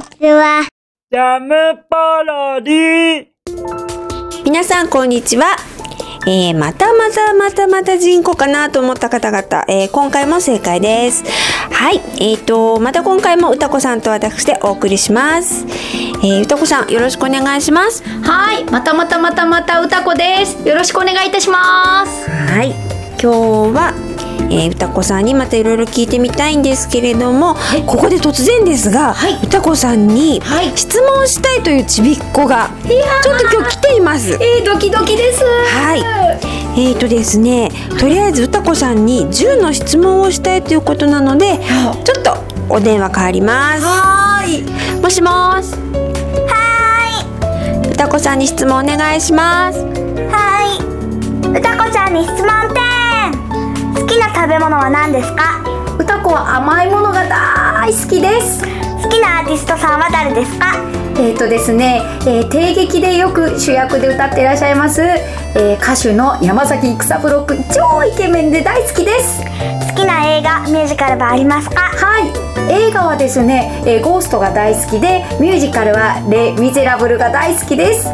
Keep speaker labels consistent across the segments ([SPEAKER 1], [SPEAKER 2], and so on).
[SPEAKER 1] ちは。
[SPEAKER 2] ジャムパロディ
[SPEAKER 3] 皆さんこんにちは、えー、またまたまたまた人口かなと思った方々、えー、今回も正解ですはいえーとまた今回も歌子さんと私でお送りします、えー、歌子さんよろしくお願いします
[SPEAKER 4] はい、またまたまたまた歌子です。よろしくお願いいたします。
[SPEAKER 3] はい今日は、えー、歌子さんにまたいろいろ聞いてみたいんですけれども、
[SPEAKER 4] い
[SPEAKER 3] ここで突然ですが、
[SPEAKER 4] はい
[SPEAKER 3] 歌子さんに
[SPEAKER 4] はい
[SPEAKER 3] 質問したいというちびっこが
[SPEAKER 4] ー
[SPEAKER 3] ちょっと今日来ています
[SPEAKER 4] えー、ドキドキです。
[SPEAKER 3] はい。えーとですね、とりあえず歌子さんに10の質問をしたいということなので、ちょっとお電話変わります。はーい。もしもーし。はーい。歌子さんに質問お願いします。
[SPEAKER 1] はい。うたこちゃんに質問点。好きな食べ物は何ですか
[SPEAKER 4] 歌子は甘いものが大好きです。
[SPEAKER 1] 好きなアーティストさんは誰ですか
[SPEAKER 4] えっ、ー、とですね、えー、帝劇でよく主役で歌っていらっしゃいます、えー、歌手の山崎育三郎君、超イケメンで大好きです。
[SPEAKER 1] 好きな映画、ミュージカルはありますか
[SPEAKER 4] はい、映画はですね、えー、ゴーストが大好きで、ミュージカルはレ・ミゼラブルが大好きです。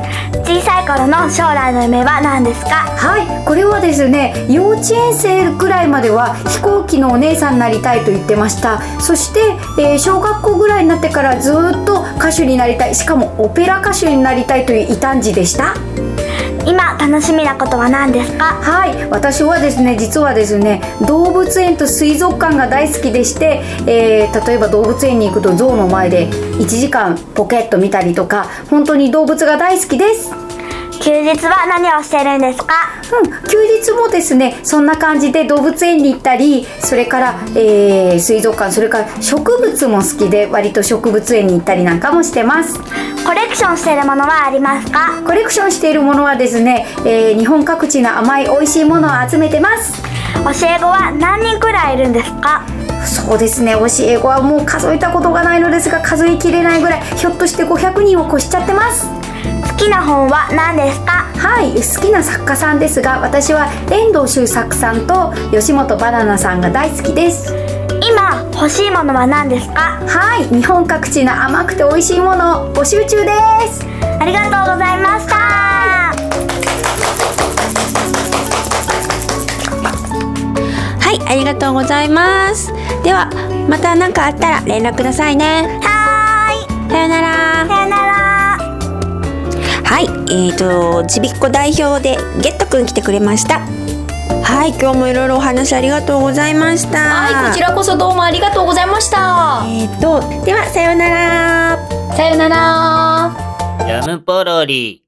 [SPEAKER 1] 小さい頃の将来の夢は何ですか
[SPEAKER 4] はい、これはですね幼稚園生くらいまでは飛行機のお姉さんになりたいと言ってましたそして、えー小学校ぐらいになってからずーっと歌手になりたいしかもオペラ歌手になりたいという異端児でした
[SPEAKER 1] 今、楽しみなことは何ですか
[SPEAKER 4] はい私はですね実はですね動物園と水族館が大好きでして、えー例えば動物園に行くと象の前で1時間ポケット見たりとか本当に動物が大好きです
[SPEAKER 1] 休日は何をしてるんですか
[SPEAKER 4] うん、休日もですねそんな感じで動物園に行ったりそれから、えー水族館それから植物も好きで割と植物園に行ったりなんかもしてます
[SPEAKER 1] コレクションしてるものはありますか
[SPEAKER 4] コレクションしているものはですね、えー日本各地の甘い美味しいものを集めてます
[SPEAKER 1] 教え子は何人くらいいるんですか
[SPEAKER 4] そうですね教え子はもう数えたことがないのですが数えきれないぐらいひょっとして500人を越しちゃってます
[SPEAKER 1] 好きな本は何ですか
[SPEAKER 4] はい好きな作家さんですが私は遠藤周作さんと吉本ばななさんが大好きです
[SPEAKER 1] 今、欲しいものは何ですか
[SPEAKER 4] はい、日本各地の甘くて美味しいものを募集中です。
[SPEAKER 1] ありがとうございました
[SPEAKER 3] はい、ありがとうございます。では、また何かあったら連絡くださいね。
[SPEAKER 1] はーい
[SPEAKER 3] さよなら。
[SPEAKER 1] さよなら
[SPEAKER 3] はい、えーとちびっこ代表でゲットくん来てくれました。はい、今日もいろいろお話ありがとうございました。
[SPEAKER 4] はい、こちらこそどうもありがとうございました。
[SPEAKER 3] えーとではさようなら。
[SPEAKER 4] さようなら。
[SPEAKER 2] ジャムポロリ